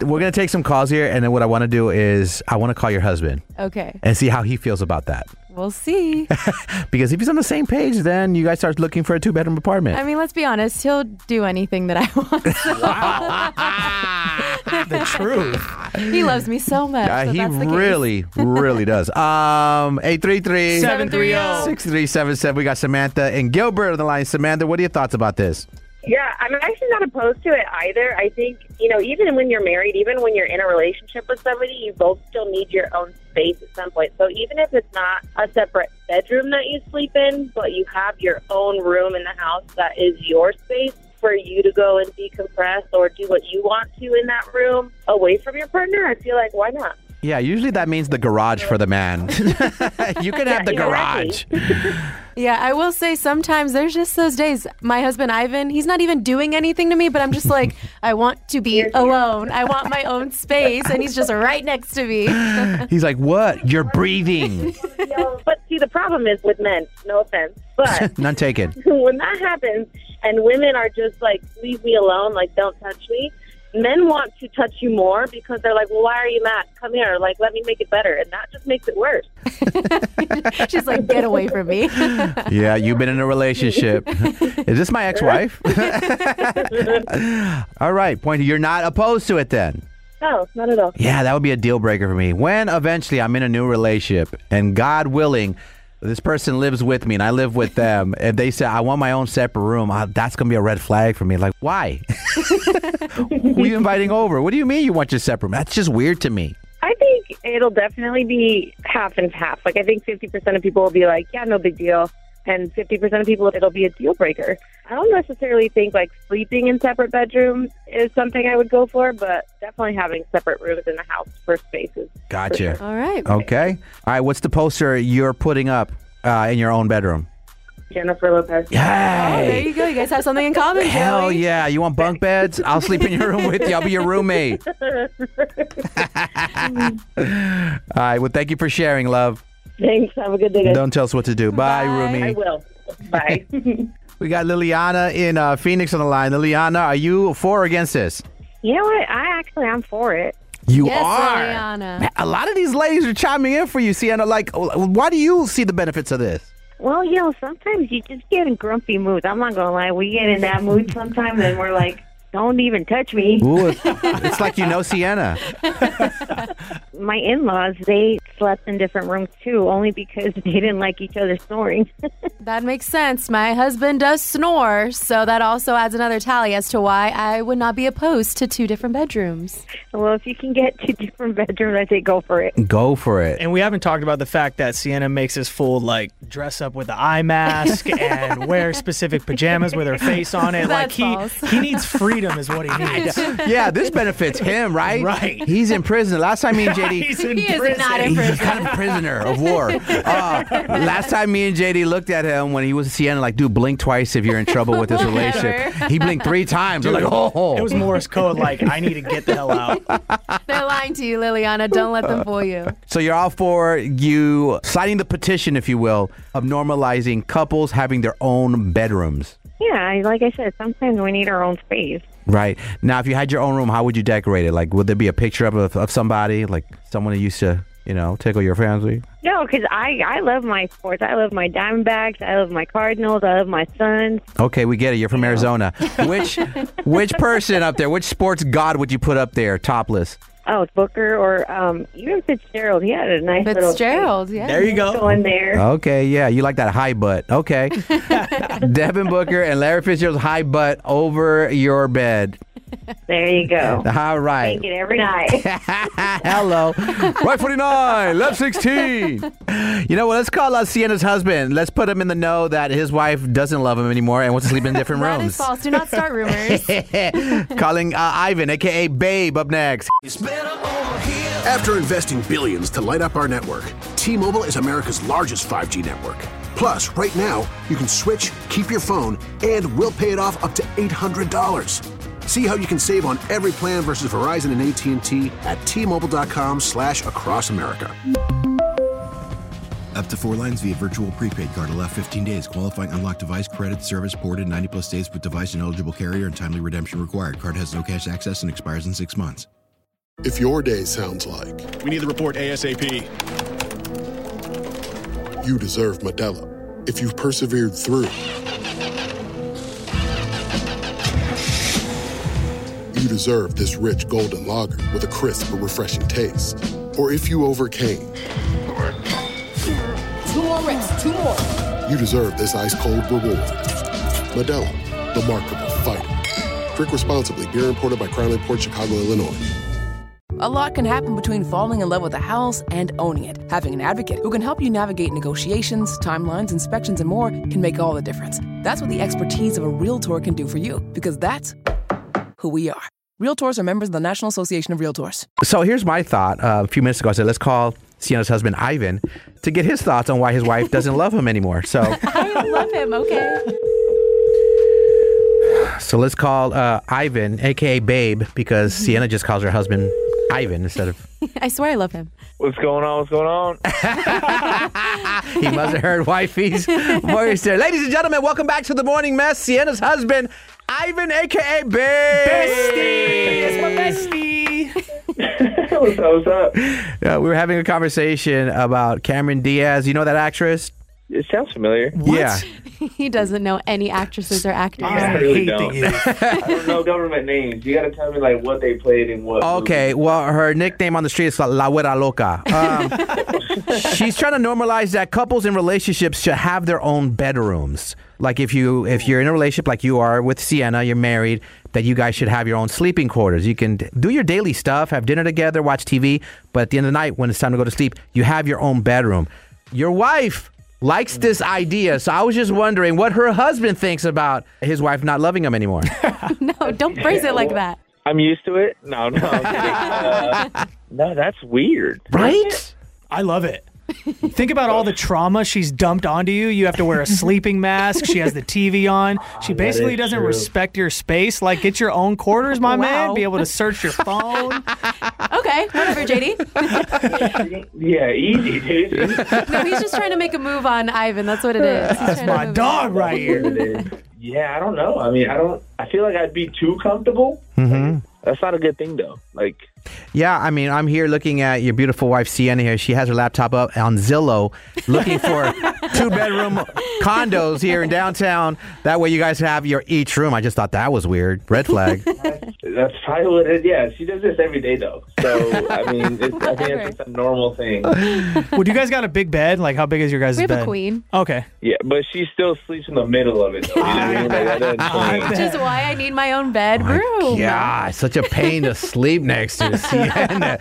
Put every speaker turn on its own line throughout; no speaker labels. We're gonna take some calls here, and then what I want to do is I want to call your husband
Okay.
and see how he feels about that.
We'll see.
Because if he's on the same page, then you guys start looking for a two bedroom apartment.
I mean, let's be honest. He'll do anything that I want.
the truth.
He loves me so much.
Uh,
so
he
that's the case.
really, really does. Um, 833
730.
6377. We got Samantha and Gilbert on the line. Samantha, what are your thoughts about this?
Yeah, I'm actually not opposed to it either. I think, you know, even when you're married, even when you're in a relationship with somebody, you both still need your own space at some point. So even if it's not a separate bedroom that you sleep in, but you have your own room in the house that is your space for you to go and decompress or do what you want to in that room away from your partner, I feel like why not?
Yeah, usually that means the garage for the man. you can have the garage.
Yeah, I will say sometimes there's just those days. My husband Ivan, he's not even doing anything to me, but I'm just like, I want to be alone. I want my own space, and he's just right next to me.
He's like, what? You're breathing.
but see, the problem is with men, no offense, but
None taken.
when that happens and women are just like leave me alone like don't touch me men want to touch you more because they're like well why are you mad come here like let me make it better and that just makes it worse
she's like get away from me
Yeah, you've been in a relationship. Is this my ex wife? All right, point. You're not opposed to it then.
no not at all
Yeah, that would be a deal breaker for me. When eventually I'm in a new relationship and God willing, this person lives with me and I live with them, and they say, I want my own separate room, uh, that's going to be a red flag for me. Like, why? Who are you inviting over? What do you mean you want your separate room? That's just weird to me.
i think it'll definitely be half and half like i think 50% of people will be like yeah no big deal and 50% of people it'll be a deal breaker i don't necessarily think like sleeping in separate bedrooms is something i would go for but definitely having separate rooms in the house for spaces
Gotcha.
All right.
Okay. All right, what's the poster you're putting up uh, in your own bedroom?
jennifer lopez
Yay!
there you go you guys have something in common
Hell
Joey.
yeah. You want bunk beds? I'll sleep in your room with you. I'll be your roommate. All right. Well, thank you for sharing, love.
Thanks. Have a good day. guys.
Don't tell us what to do. Bye,
I
roomie.
will. Bye.
We got Liliana in uh, Phoenix on the line. Liliana, are you for or against this?
You know what? I actually am for it.
You
Yes,
are.
Liliana.
Man, A lot of these ladies are chiming in for you, Sienna. Like, why do you see the benefits of this?
Well, you know, sometimes you just get in grumpy moods. I'm not gonna lie, we get in that mood sometimes, and we're like, "Don't even touch me."
Ooh, it's, it's like you know Sienna.
My in-laws, they slept in different rooms too, only because they didn't like each other snoring.
that makes sense my husband does snore so that also adds another tally as to why i would not be opposed to two different bedrooms
well if you can get two different bedrooms i say go for it
Go for it.
And we haven't talked about the fact that Sienna makes this full like dress up with the eye mask and wear specific pajamas with her face on it. like
That's
he he needs freedom is what he needs.
yeah, this benefits him, right? Right. He's in prison. Last time me and JD.
He's in He is prison. not in
He's kind of a prisoner of war. Uh, last time me and JD looked at him when he was in Sienna, like, dude, blink twice if you're in trouble with this relationship.
Whatever.
He blinked three times. I'm
Dude,
like, oh.
It was Morris code like I need to get the hell out.
they're lying to you liliana don't let
Uh,
them fool you
So you're all for you signing the petition, if you will, of normalizing couples having their own bedrooms.
yeah like i said sometimes we need our own space
Right. Now, if you had your own room, how would you decorate it? Like, would there be a picture of, of, of somebody, like someone who used to, you know, tickle your fancy?
No, because I I love my sports. I love my Diamondbacks. I love my Cardinals. I love my Suns.
Okay, we get it. You're from Arizona. Which which person up there, which sports god would you put up there topless?
Oh, Booker or um, even Fitzgerald. He had a nice little
Fitzgerald, yeah.
There you go.
Going there.
Okay, yeah, you like that high butt. Okay. Devin Booker and Larry Fitzgerald's high butt over your bed.
There you go.
All right.
Drink it every night.
Hello. right 49, left 16. You know what? Let's call out Sienna's husband. Let's put him in the know that his wife doesn't love him anymore and wants to sleep in different
That
rooms.
is false. Do not start rumors.
Calling uh, Ivan, aka Babe, up next.
After investing billions to light up our network, T-Mobile is America's largest 5G network. Plus, right now, you can switch, keep your phone, and we'll pay it off up to $800. See how you can save on every plan versus Verizon and AT&T at T-Mobile.com slash across America.
Up to four lines via virtual prepaid card. Allow 15 days. Qualifying unlocked device credit service ported 90 plus days with device and eligible carrier and timely redemption required. Card has no cash access and expires in six months.
If your day sounds like
We need the report ASAP.
you deserve Medella, if you've persevered through, you deserve this rich golden lager with a crisp but refreshing taste. Or if you overcame,
Two more reps, two more.
you deserve this ice cold reward. Medella, the mark of a fighter. Drink responsibly. Beer imported by Crown Port Chicago, Illinois.
A lot can happen between falling in love with a house and owning it. Having an advocate who can help you navigate negotiations, timelines, inspections, and more can make all the difference. That's what the expertise of a Realtor can do for you, because that's who we are. Realtors are members of the National Association of Realtors.
So here's my thought. Uh, a few minutes ago, I said, let's call Sienna's husband, Ivan, to get his thoughts on why his wife doesn't love him anymore. So,
I love him. Okay.
so let's call uh, Ivan, aka Babe, because Sienna just calls her husband Ivan instead of.
I swear I love him.
What's going on? What's going on?
He must have heard wifey's voice there. Ladies and gentlemen, welcome back to the morning mess. Sienna's husband, Ivan, aka Babe.
bestie.
What's up? What's up?
Uh, we were having a conversation about Cameron Diaz. You know that actress?
It sounds familiar.
Yeah.
he doesn't know any actresses or actors.
I really don't. I don't know government names. You gotta tell me like what they played and what.
Okay, well, her nickname on the street is La- La Huera Loca. Um, she's trying to normalize that couples in relationships should have their own bedrooms. Like if you if you're in a relationship like you are with Sienna, you're married, that you guys should have your own sleeping quarters. You can d- do your daily stuff, have dinner together, watch TV, but at the end of the night, when it's time to go to sleep, you have your own bedroom. Your wife likes this idea, so I was just wondering what her husband thinks about his wife not loving him anymore.
No, don't phrase it like that.
I'm used to it. No, no. I'm kidding. Uh, no, that's weird.
Right?
I love it. Think about all the trauma she's dumped onto you. You have to wear a sleeping mask. She has the TV on. She
that
basically
is
doesn't
true.
respect your space. Like, get your own quarters, my
Wow.
man. Be able to search your phone.
Okay, whatever, JD.
Yeah, easy, dude.
no, he's just trying to make a move on Ivan. That's what it is. He's trying to move it.
right here. yeah, I don't know. I mean, I don't. I feel like I'd be too comfortable.
Mm-hmm.
That's not a good thing, though. Like,
Yeah, I mean, I'm here looking at your beautiful wife, Sienna, here. She has her laptop up on Zillow looking for two bedroom condos here in downtown. That way you guys have your each room. I just thought that was weird. Red flag.
that's probably what it. Yeah, she does this every day, though. So I mean, it's, I think it's just a normal thing.
Would you guys got a big bed? Like, how big is your guys'
We have
bed?
a queen.
Okay.
Yeah, but she still sleeps in the middle of it. Though, you know what I mean? Like, that doesn't change.
Which is why I need my own bedroom.
Yeah, such a pain to sleep next to Sienna.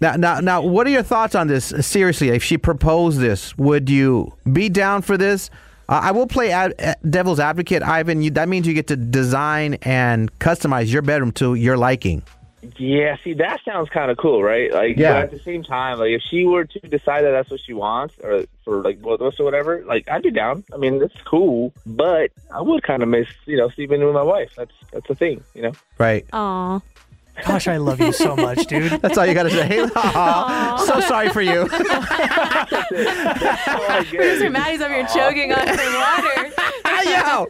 now, now, now, what are your thoughts on this? Seriously, if she proposed this, would you be down for this? Uh, I will play ad- uh, devil's advocate, Ivan. You, that means you get to design and customize your bedroom to your liking.
Yeah, see, that sounds kind of cool, right? Like,
Yeah.
but at the same time, like if she were to decide that that's what she wants, or for like both of us or whatever, like I'd be down. I mean, that's cool, but I would kind of miss, you know, sleeping with my wife. That's that's the thing, you know.
Right.
Oh,
Aw.
Gosh, I love you so much, dude.
That's all you got to say. Aw, so sorry for you.
Producer Maddie's over here choking on some water.
Yo,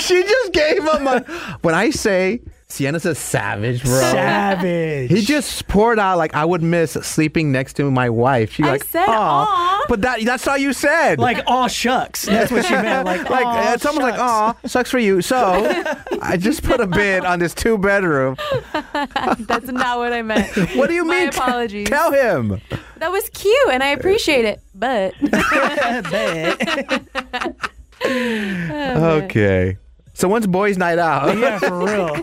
she just gave him a. When I say Sienna's a savage, bro.
Savage.
He just poured out like I would miss sleeping next to my wife. She
I
like,
said,
"Aw," but that that's all you said.
Like, "Aw, shucks." That's what she meant, like, "Aw,
it's almost like aw sucks for you. So I just put a bid on this two bedroom.
That's not what I meant.
What do you
My
mean? T-
apologies.
Tell him.
That was cute, and I appreciate it, but. Oh, man.
Okay. So when's boys' night out?
yeah, for real.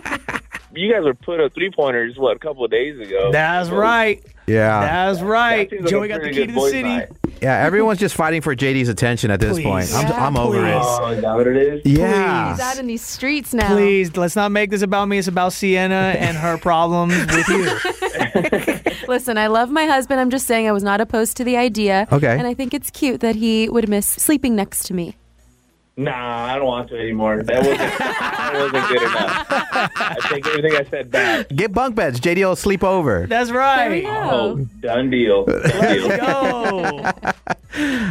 You guys were put up three pointers what a couple of days ago.
That's right.
Yeah.
That's right.
seems like
Joey
a
got the
pretty good
key to the
boys'
city.
night.
Yeah, everyone's just fighting for JD's attention at this
Please.
point. I'm,
Yeah,
I'm over it.
please.
Oh, is that what it is?
Yeah.
He's out in these streets now.
Please, let's not make this about me. It's about Sienna and her problems with you.
Listen, I love my husband. I'm just saying I was not opposed to the idea.
Okay.
And I think it's cute that he would miss sleeping next to me.
Nah, I don't want to anymore. That wasn't, that wasn't good enough. I take everything I said back.
Get bunk beds. JD will sleep over.
That's right.
Oh, done deal. Done deal.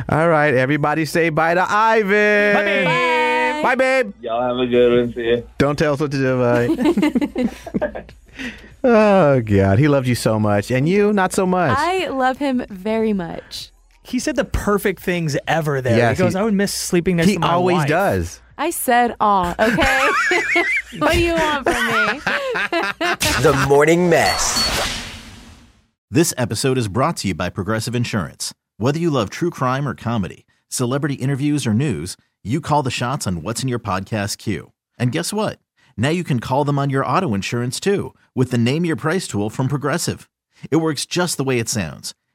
All right, everybody say bye to Ivan. Bye, babe. Bye, babe.
Y'all have a good one. See ya.
Don't tell us what to do. Bye. oh, God. He loved you so much. And you, not so much.
I love him very much.
He said the perfect things ever there.
Yes,
he goes,
he-
I would miss sleeping next
he
to my
always
wife."
does.
I said aw, okay? what do you want from me?
The Morning Mess. This episode is brought to you by Progressive Insurance. Whether you love true crime or comedy, celebrity interviews or news, you call the shots on what's in your podcast queue. And guess what? Now you can call them on your auto insurance too with the Name Your Price tool from Progressive. It works just the way it sounds.